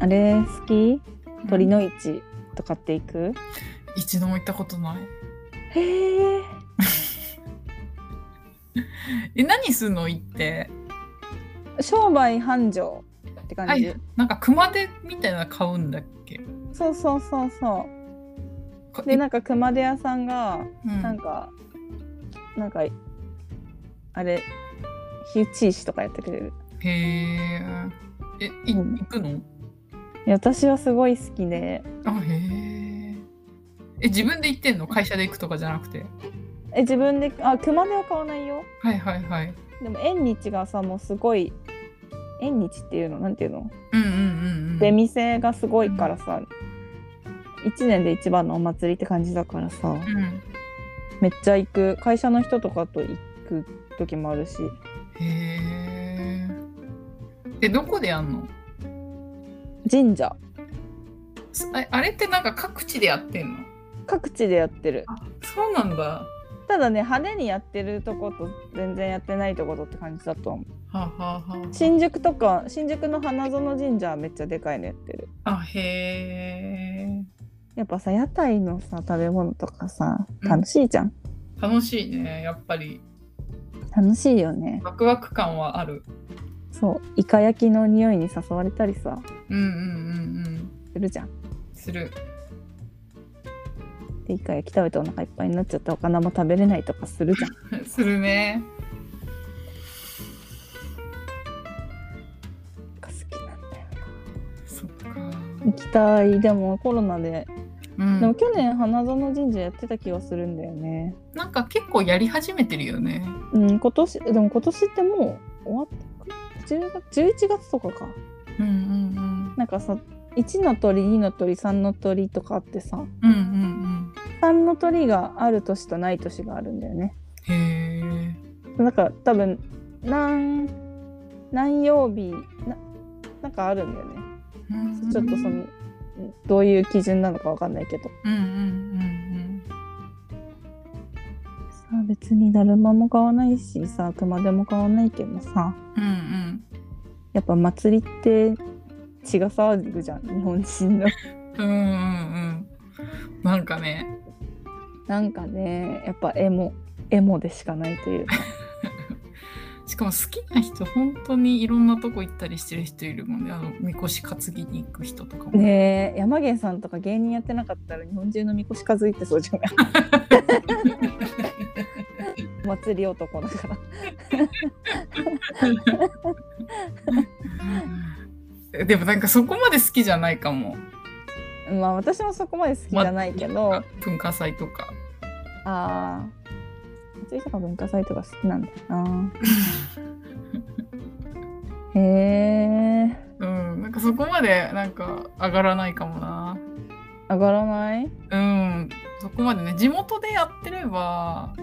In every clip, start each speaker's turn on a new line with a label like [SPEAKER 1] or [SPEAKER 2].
[SPEAKER 1] あれ好き鳥の市とかって行く
[SPEAKER 2] 一度も行ったことない
[SPEAKER 1] へえ
[SPEAKER 2] え何すんの行って
[SPEAKER 1] 商売繁盛って感じ、
[SPEAKER 2] はいなんか熊手みたいなの買うんだっけ
[SPEAKER 1] そうそうそうそ
[SPEAKER 2] か
[SPEAKER 1] うでなんか熊手屋さんが
[SPEAKER 2] うん
[SPEAKER 1] なんか、なんかあれ火打ち石とかやってくれる
[SPEAKER 2] へええい
[SPEAKER 1] うん
[SPEAKER 2] 行くの
[SPEAKER 1] いや私はすごい好きで
[SPEAKER 2] あへええ自分で行ってんの会社で行くとかじゃなくて
[SPEAKER 1] え自分であ熊手は買わないよ
[SPEAKER 2] はいはいはい
[SPEAKER 1] でも縁日がさもうすごい縁日っていうのなんていうの
[SPEAKER 2] うんうんうんうん
[SPEAKER 1] 出店がすごいからさ、一年で一番のお祭りって感じだからさ
[SPEAKER 2] うん
[SPEAKER 1] めっちゃ行く会社の人とかと行く時もあるし
[SPEAKER 2] へええどこでやんの
[SPEAKER 1] 神社
[SPEAKER 2] すああれってなんか各地でやってんの
[SPEAKER 1] 各地でやってる
[SPEAKER 2] あそうなんだは
[SPEAKER 1] ただね派手にやってるとこと全然やってないとことって感じだと思う
[SPEAKER 2] あ、はあはあ
[SPEAKER 1] 新宿とか新宿の花園神社はめっちゃでかいのやってる
[SPEAKER 2] あへえ
[SPEAKER 1] やっぱさ屋台のさ食べ物とかさ
[SPEAKER 2] うん
[SPEAKER 1] 楽しいじゃん、
[SPEAKER 2] 楽しいねやっぱり
[SPEAKER 1] 楽しいよね
[SPEAKER 2] ワクワク感はある
[SPEAKER 1] そうイカ焼きの匂いに誘われたりさ
[SPEAKER 2] うんうんうん
[SPEAKER 1] するじゃん
[SPEAKER 2] うんする
[SPEAKER 1] でイカ焼き食べてお腹いっぱいになっちゃってお金も食べれないとかするじゃん
[SPEAKER 2] するね
[SPEAKER 1] 好きなんだよ
[SPEAKER 2] そっか
[SPEAKER 1] 行きたいでもコロナで、
[SPEAKER 2] うん
[SPEAKER 1] でも去年花園神社やってた気がするんだよね
[SPEAKER 2] なんか結構やり始めてるよね
[SPEAKER 1] うん今年でも今年ってもう終わってく10月11月とかか
[SPEAKER 2] うんうん
[SPEAKER 1] なんかさ1の鳥2の鳥3の鳥とかあってさ
[SPEAKER 2] うんうんうん
[SPEAKER 1] 3の鳥がある年とない年があるんだよね
[SPEAKER 2] うんへ
[SPEAKER 1] なんか多分何何曜日ななんかあるんだよね
[SPEAKER 2] え
[SPEAKER 1] ちょっとそのどういう基準なのかわかんないけど
[SPEAKER 2] うんうんうん
[SPEAKER 1] さあ別にだるまも買わないしさ熊手も買わないけどさ
[SPEAKER 2] うんうんうん
[SPEAKER 1] やっぱ祭りって血が騒ぐじゃん日本人の
[SPEAKER 2] うんうんうんなんかね
[SPEAKER 1] なんかねやっぱエモエモでしかないというか
[SPEAKER 2] しかも好きな人本当にいろんなとこ行ったりしてる人いるもんねあのみこし担ぎに行く人とかも、
[SPEAKER 1] ねえ山源さんとか芸人やってなかったら日本中のみこし数いってそうじゃないお祭り男だから
[SPEAKER 2] でもなんかそこまで好きじゃないかも
[SPEAKER 1] まあ私もそこまで好きじゃないけど、あ
[SPEAKER 2] 文化祭とか
[SPEAKER 1] あー祭りとか文化祭とか好きなんだよなへえ
[SPEAKER 2] うんなんかそこまでなんか上がらないかもな
[SPEAKER 1] 上がらない
[SPEAKER 2] うんそこまでね地元でやってれば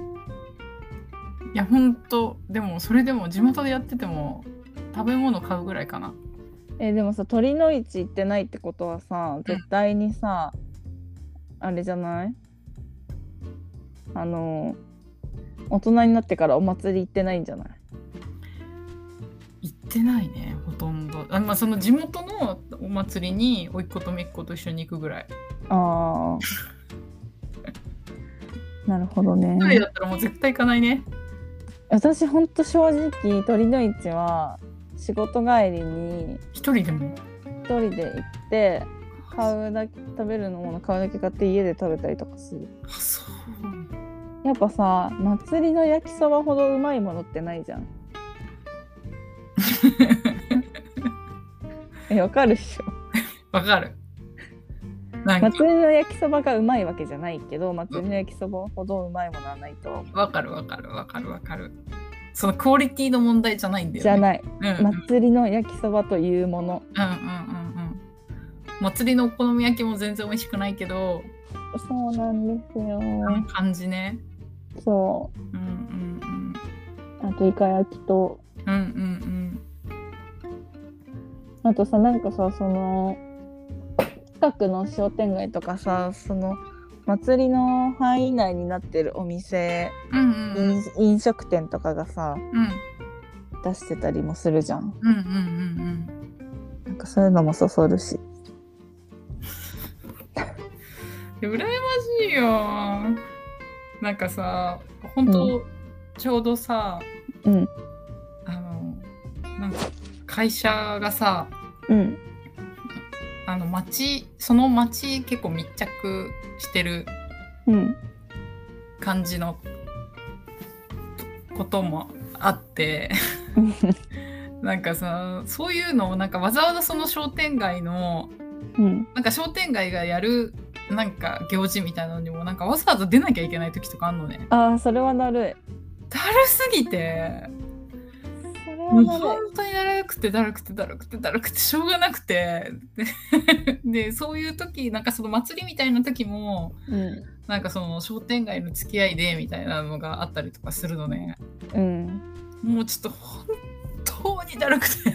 [SPEAKER 2] いやほんとでもそれでも地元でやってても食べ物買うぐらいかな
[SPEAKER 1] えーでもさ鳥の市行ってないってことはさ絶対にさ、あれじゃないあの大人になってからお祭り行ってないんじゃない
[SPEAKER 2] 行ってないねほとんどあ、まあ、その地元のお祭りに甥っ子と姪っ子と一緒に行くぐらい
[SPEAKER 1] あー なるほどね
[SPEAKER 2] 一人だったらもう絶対行かないね
[SPEAKER 1] 私ほんと正直鳥の市は仕事帰りに
[SPEAKER 2] 一人でも
[SPEAKER 1] 一人で行って買うだけ食べるのもの買うだけ買って家で食べたりとかする
[SPEAKER 2] あそう
[SPEAKER 1] やっぱさ祭りの焼きそばほどうまいものってないじゃんえわかるっしょ
[SPEAKER 2] わかるなんか
[SPEAKER 1] 祭りの焼きそばがうまいわけじゃないけど祭りの焼きそばほどうまいものはないと
[SPEAKER 2] わかるわかるわかるわかるそのクオリティの問題じゃないんだよね
[SPEAKER 1] じゃない
[SPEAKER 2] うんうん、うん
[SPEAKER 1] 祭りの焼きそばというもの
[SPEAKER 2] うんうんうん祭りのお好み焼きも全然美味しくないけど
[SPEAKER 1] そうなんですよ
[SPEAKER 2] あの感じね
[SPEAKER 1] そ
[SPEAKER 2] うんうん
[SPEAKER 1] うあとイカ焼きと
[SPEAKER 2] うんうんうん
[SPEAKER 1] あとさなんかさその近くの商店街とかさその祭りの範囲内になってるお店
[SPEAKER 2] うんうんうん
[SPEAKER 1] 飲飲食店とかがさ
[SPEAKER 2] うん
[SPEAKER 1] 出してたりもするじゃん
[SPEAKER 2] うんうんうんうん
[SPEAKER 1] なんかそういうのもそそるし
[SPEAKER 2] や羨ましいよなんかさ本当、ちょうどさ
[SPEAKER 1] うん
[SPEAKER 2] あのなんか会社がさ
[SPEAKER 1] うん
[SPEAKER 2] あの町その町結構密着してる
[SPEAKER 1] うん
[SPEAKER 2] 感じのこともあって なんかさそういうのをなんかわざわざその商店街の
[SPEAKER 1] うん
[SPEAKER 2] なんか商店街がやるなんか行事みたいなのにもなんかわざわざ出なきゃいけない時とかあんのね
[SPEAKER 1] ああそれはだるい
[SPEAKER 2] だるすぎて
[SPEAKER 1] それ
[SPEAKER 2] もう
[SPEAKER 1] はだ
[SPEAKER 2] 本
[SPEAKER 1] る
[SPEAKER 2] 当にだるくてだるくてだるくてだるくてしょうがなくて ででそういう時なんかその祭りみたいな時も
[SPEAKER 1] いうん
[SPEAKER 2] なんかその商店街の付き合いでみたいなのがあったりとかするのね
[SPEAKER 1] うん
[SPEAKER 2] もうちょっと本当にだるくて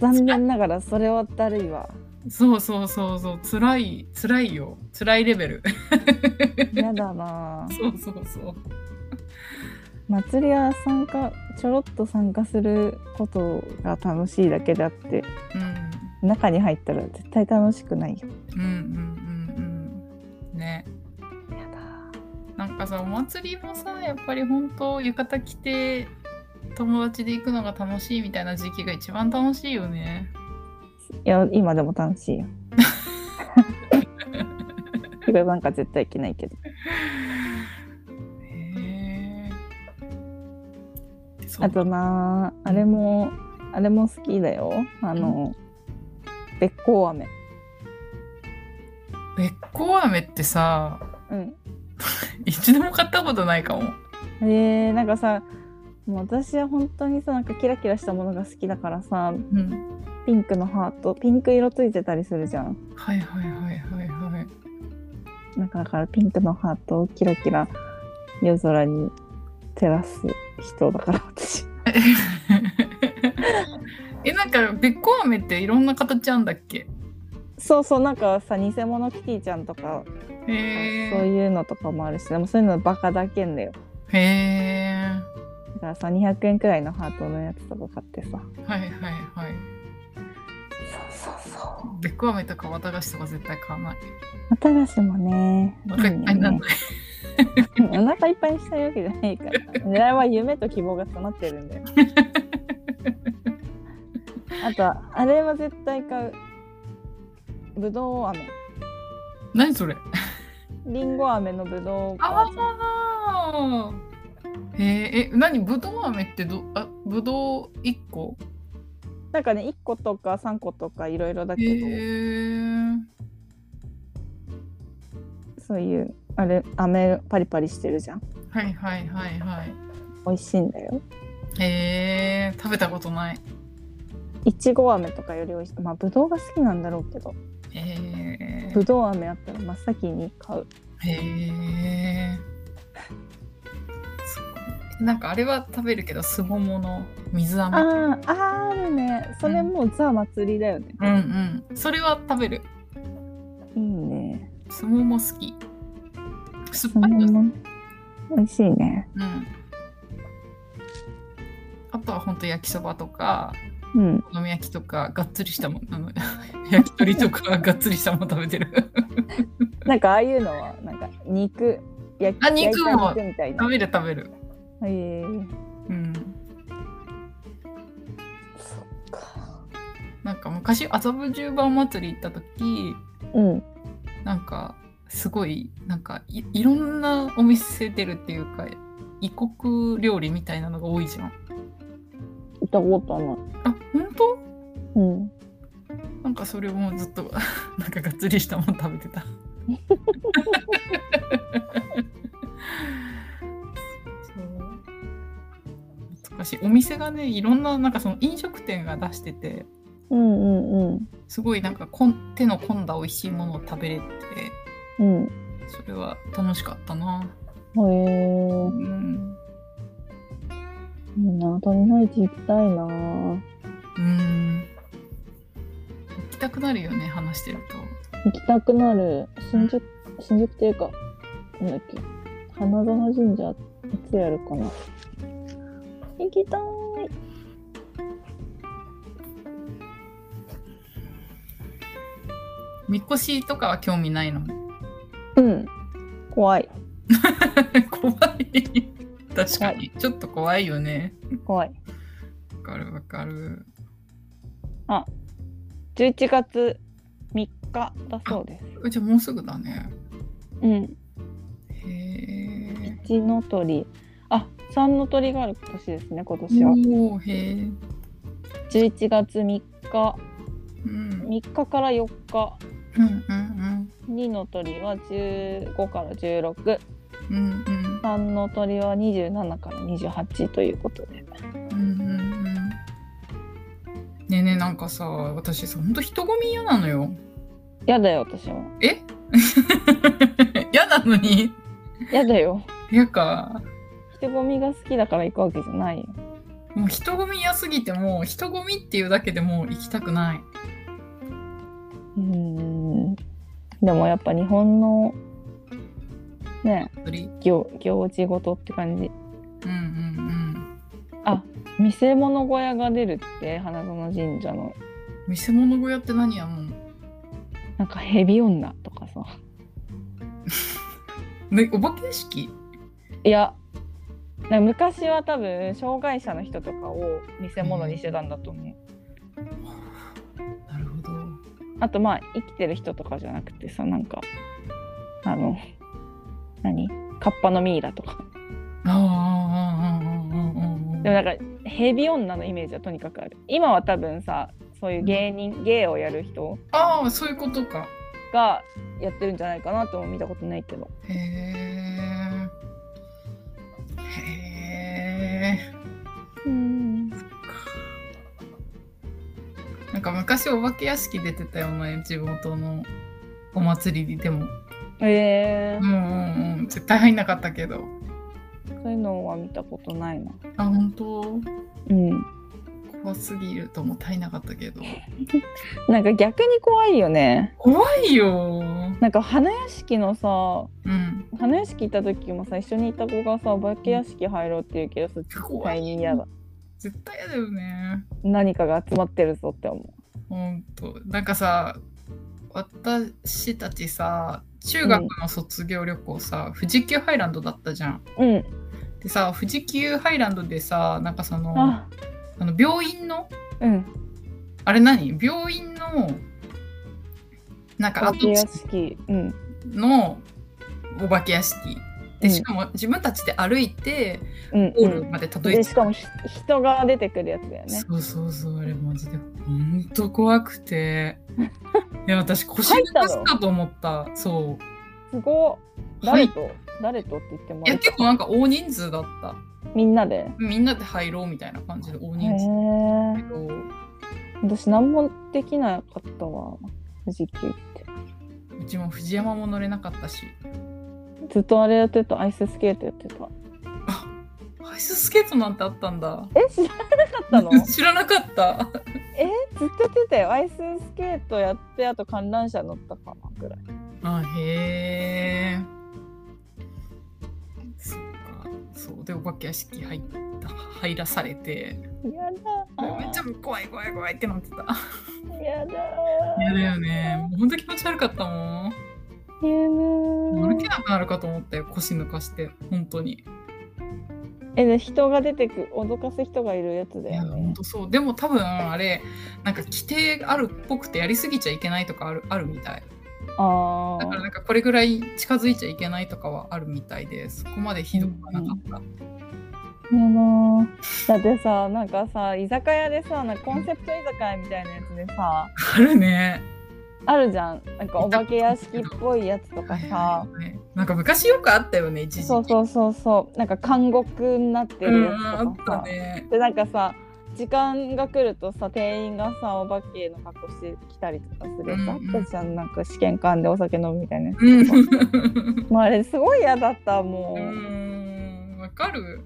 [SPEAKER 1] 残念ながらそれはだるい わ
[SPEAKER 2] そうそうそうそう辛い辛いよ辛いレベル
[SPEAKER 1] 嫌だなあ
[SPEAKER 2] そうそうそう
[SPEAKER 1] 祭りは参加ちょろっと参加することが楽しいだけであって
[SPEAKER 2] うん
[SPEAKER 1] 中に入ったら絶対楽しくないよ
[SPEAKER 2] うんうんうんうんね
[SPEAKER 1] やだ
[SPEAKER 2] なんかさお祭りもさやっぱり本当浴衣着て友達で行くのが楽しいみたいな時期が一番楽しいよ ね
[SPEAKER 1] いや今でも楽し いよてかなんか絶対いけないけど
[SPEAKER 2] へえそう
[SPEAKER 1] あとなあれもあれも好きだよあの、べっこう飴
[SPEAKER 2] べっこう飴ってさ
[SPEAKER 1] うん
[SPEAKER 2] 一度も買ったことないかも
[SPEAKER 1] えー、なんかさもう私は本当にさなんかキラキラしたものが好きだからさ
[SPEAKER 2] うん
[SPEAKER 1] ピンクのハートピンク色ついてたりするじゃん
[SPEAKER 2] はいはいはいはいはい
[SPEAKER 1] なんかだからピンクのハートをキラキラ夜空に照らす人だから私
[SPEAKER 2] えなんかべっこう飴っていろんな形あんだっけ
[SPEAKER 1] そうそうなんかさ偽物キティちゃんとか
[SPEAKER 2] へ
[SPEAKER 1] そう
[SPEAKER 2] え
[SPEAKER 1] いうのとかもあるしでもそういうのバカだけんだよ
[SPEAKER 2] へえ
[SPEAKER 1] だからさ200円くらいのハートのやつとか買ってさ
[SPEAKER 2] はいはいはい
[SPEAKER 1] そうそうそう
[SPEAKER 2] べっこ飴とか綿菓子とか絶対買わない。
[SPEAKER 1] 綿菓子もね
[SPEAKER 2] お腹いっぱいにならない。
[SPEAKER 1] うんお腹いっぱいにしたいわけじゃないから狙いは夢と希望が詰まってるんだ よあとはあれは絶対買うぶどう飴
[SPEAKER 2] 何それ
[SPEAKER 1] りんご飴のぶどう
[SPEAKER 2] ああへえ、え、何ぶどう飴ってど、あ、ぶどう1個
[SPEAKER 1] なんかね1個とか3個とかいろいろだ
[SPEAKER 2] へ
[SPEAKER 1] けど、
[SPEAKER 2] え。
[SPEAKER 1] そういうあれ飴パリパリしてるじゃん
[SPEAKER 2] はいはいはいはい。
[SPEAKER 1] 美味しいんだよ
[SPEAKER 2] へえ、食べたことない。
[SPEAKER 1] いちご飴とかより美味しいまあぶどうが好きなんだろうけど
[SPEAKER 2] へ
[SPEAKER 1] ぶどう飴あったら真っ先に買う
[SPEAKER 2] え。へえ。そうなんかあれは食べるけど、すももの水飴。
[SPEAKER 1] あーあーあるねそれもうザ祭りだよね、
[SPEAKER 2] うんうん。それは食べる。
[SPEAKER 1] いいね
[SPEAKER 2] すもも好き。酸
[SPEAKER 1] そ
[SPEAKER 2] っぱ
[SPEAKER 1] の
[SPEAKER 2] いの
[SPEAKER 1] まま美味しいね
[SPEAKER 2] うん。あとは本当焼きそばとか、
[SPEAKER 1] うん
[SPEAKER 2] お好み焼きとか、がっつりしたもん、あの 焼き鳥とか、がっつりしたもん食べてる。
[SPEAKER 1] なんかああいうのはなんか肉焼き
[SPEAKER 2] あ肉
[SPEAKER 1] 焼
[SPEAKER 2] も
[SPEAKER 1] いたみたいな
[SPEAKER 2] 食べる食べる。
[SPEAKER 1] へえ
[SPEAKER 2] うん。
[SPEAKER 1] そっか
[SPEAKER 2] なんか昔、麻布十番祭り行った時、
[SPEAKER 1] うん
[SPEAKER 2] なんか、すごい、なんかい、いろんなお店出るっていうか、異国料理みたいなのが多いじゃん。
[SPEAKER 1] 行ったことない
[SPEAKER 2] あ、本当
[SPEAKER 1] うん
[SPEAKER 2] なんかそれもずっと なんかがっつりしたもん食べてた。そう懐かしいお店がねいろんななんかその飲食店が出してて
[SPEAKER 1] うんうんうん
[SPEAKER 2] すごいなんかこん手の込んだ美味しいものを食べれて
[SPEAKER 1] うん
[SPEAKER 2] それは楽しかったな。
[SPEAKER 1] へえ
[SPEAKER 2] うん、
[SPEAKER 1] いいな鳥の市行きたいな
[SPEAKER 2] うん、行きたくなるよね話してると。
[SPEAKER 1] 行きたくなる新宿新宿っていうかなんだっけ花園神社いつやるかな行きたい
[SPEAKER 2] みこしとかは興味ないの
[SPEAKER 1] うん怖い
[SPEAKER 2] 怖い確かにちょっと怖いよね
[SPEAKER 1] 怖い
[SPEAKER 2] わかるわかる
[SPEAKER 1] 11月3日だそうです
[SPEAKER 2] うちもうすぐだね
[SPEAKER 1] うん
[SPEAKER 2] へえ
[SPEAKER 1] 一の鳥あ三の鳥がある年ですね今年は
[SPEAKER 2] おおへえ
[SPEAKER 1] 11月3日
[SPEAKER 2] うん
[SPEAKER 1] 3日から4日
[SPEAKER 2] うんうん
[SPEAKER 1] 2の鳥は15から163
[SPEAKER 2] うんうんうん
[SPEAKER 1] の鳥は27から28ということで
[SPEAKER 2] うんうんうんねえねえなんかさ私さほんと人混み嫌なのよ
[SPEAKER 1] やだよ私も
[SPEAKER 2] え 嫌なのに
[SPEAKER 1] やだよ
[SPEAKER 2] 嫌か
[SPEAKER 1] 人混みが好きだから行くわけじゃないよ
[SPEAKER 2] もう人混み嫌すぎてもう人混みっていうだけでもう行きたくないう
[SPEAKER 1] ーんでもやっぱ日本のね
[SPEAKER 2] 本当に
[SPEAKER 1] 行行事事って感じ
[SPEAKER 2] うんうん
[SPEAKER 1] 見せ物小屋が出るって花園神社の
[SPEAKER 2] うん見せ物小屋って何やもん
[SPEAKER 1] なんか蛇女とかさ
[SPEAKER 2] ね、お化け屋敷
[SPEAKER 1] いやなんか昔は多分障害者の人とかを見せ物にしてたんだと思う、
[SPEAKER 2] なるほど。
[SPEAKER 1] あとまあ生きてる人とかじゃなくてさなんかあの何カッパのミイラとか
[SPEAKER 2] ああ、ああ、ああ、あ
[SPEAKER 1] でもなんか蛇女のイメージはとにかくある今は多分さそういう芸人芸をやる人
[SPEAKER 2] あ、ああ。ああ、そういうことか。
[SPEAKER 1] がやってるんじゃないかなとも見たことないけど
[SPEAKER 2] へえ。へえ。
[SPEAKER 1] うん
[SPEAKER 2] なんか昔お化け屋敷出てたよね、地元のお祭りにでも。
[SPEAKER 1] え
[SPEAKER 2] うんうんうん。絶対入んなかったけど。
[SPEAKER 1] ー、そういうのは見たことないな
[SPEAKER 2] あ、本当
[SPEAKER 1] うん
[SPEAKER 2] 怖すぎるとも入んなかったけど。
[SPEAKER 1] なんか逆に怖いよね
[SPEAKER 2] 怖いよー。
[SPEAKER 1] なんか花屋敷のさ
[SPEAKER 2] うん。
[SPEAKER 1] 花屋敷行った時もさ一緒にいた子がさお化け屋敷入ろうって言うけどさ絶
[SPEAKER 2] 怖
[SPEAKER 1] 対
[SPEAKER 2] い。
[SPEAKER 1] に嫌だ
[SPEAKER 2] 絶対嫌だよね。
[SPEAKER 1] 何かが集まってるぞって思
[SPEAKER 2] ほんとなんかさ私たちさ中学の卒業旅行さ、富士急ハイランドだったじゃん。
[SPEAKER 1] ううん
[SPEAKER 2] でさ富士急ハイランドでさなんかそのあ
[SPEAKER 1] あ
[SPEAKER 2] の病院の
[SPEAKER 1] うん
[SPEAKER 2] あれ何病院のなん
[SPEAKER 1] お
[SPEAKER 2] か
[SPEAKER 1] 化
[SPEAKER 2] 跡
[SPEAKER 1] け屋
[SPEAKER 2] 地
[SPEAKER 1] 敷うん
[SPEAKER 2] のお化け屋敷
[SPEAKER 1] う
[SPEAKER 2] で
[SPEAKER 1] ん
[SPEAKER 2] しかも自分たちで歩いて
[SPEAKER 1] うん
[SPEAKER 2] ゴ
[SPEAKER 1] う
[SPEAKER 2] ール
[SPEAKER 1] ん
[SPEAKER 2] までたどり
[SPEAKER 1] で
[SPEAKER 2] 着
[SPEAKER 1] しかもひ人が出てくるやつだよね
[SPEAKER 2] そうそうそうあれマジでほんと怖 くていや私腰
[SPEAKER 1] 入った
[SPEAKER 2] 抜
[SPEAKER 1] の
[SPEAKER 2] かすかと思ったそう
[SPEAKER 1] すごっ
[SPEAKER 2] は
[SPEAKER 1] 誰
[SPEAKER 2] い
[SPEAKER 1] と、誰とって言っても
[SPEAKER 2] いや結構なんか大人数だった
[SPEAKER 1] みんなで
[SPEAKER 2] みんなで入ろうみたいな感じで大
[SPEAKER 1] へ
[SPEAKER 2] 人数だ
[SPEAKER 1] え
[SPEAKER 2] けど
[SPEAKER 1] 私何もできなかったわ富士急って
[SPEAKER 2] うちも藤山も乗れなかったし
[SPEAKER 1] ずっとあれやってたアイススケートやってた
[SPEAKER 2] あアイススケートなんてあったんだ
[SPEAKER 1] え知らなかったの
[SPEAKER 2] 知らなかった
[SPEAKER 1] えずっとやってたよアイススケートやってあと観覧車乗ったかなぐらい
[SPEAKER 2] あへえそっかそうでお化け屋敷入った入らされて
[SPEAKER 1] やだ
[SPEAKER 2] めっちゃ怖い怖い怖いってなってた
[SPEAKER 1] やだ
[SPEAKER 2] 嫌だよねもうほんと気持ち悪かったもん
[SPEAKER 1] やだ
[SPEAKER 2] もう歩けなくなるかと思って腰抜かして本当に
[SPEAKER 1] えで人が出てく脅かす人がいるやつだ
[SPEAKER 2] いや
[SPEAKER 1] よ
[SPEAKER 2] 本
[SPEAKER 1] ね
[SPEAKER 2] 当そうでも多分あれなんか規定あるっぽくてやりすぎちゃいけないとかあるあるみたい
[SPEAKER 1] あ
[SPEAKER 2] だから
[SPEAKER 1] あ
[SPEAKER 2] なんかこれぐらい近づいちゃいけないとかはあるみたいでそこまでひどくはなかった、
[SPEAKER 1] やだだってさなんかさ居酒屋でさなんかコンセプト居酒屋みたいなやつでさ
[SPEAKER 2] あるね
[SPEAKER 1] あるじゃんなんかお化け屋敷っぽいやつとかさ
[SPEAKER 2] ねなんか昔よくあったよね一時期
[SPEAKER 1] そうそうそうそうなんか監獄になってるや
[SPEAKER 2] うんあ
[SPEAKER 1] つと
[SPEAKER 2] っ
[SPEAKER 1] か
[SPEAKER 2] た
[SPEAKER 1] さ、
[SPEAKER 2] ね
[SPEAKER 1] でなんかさ時間が来るとさ店員がさお化けの格好してきたりとかするやつあ
[SPEAKER 2] うんうん
[SPEAKER 1] ったじゃんなんか試験官でお酒飲むみたいなやつ
[SPEAKER 2] うん
[SPEAKER 1] もうあれすごい嫌だったも
[SPEAKER 2] うんわかる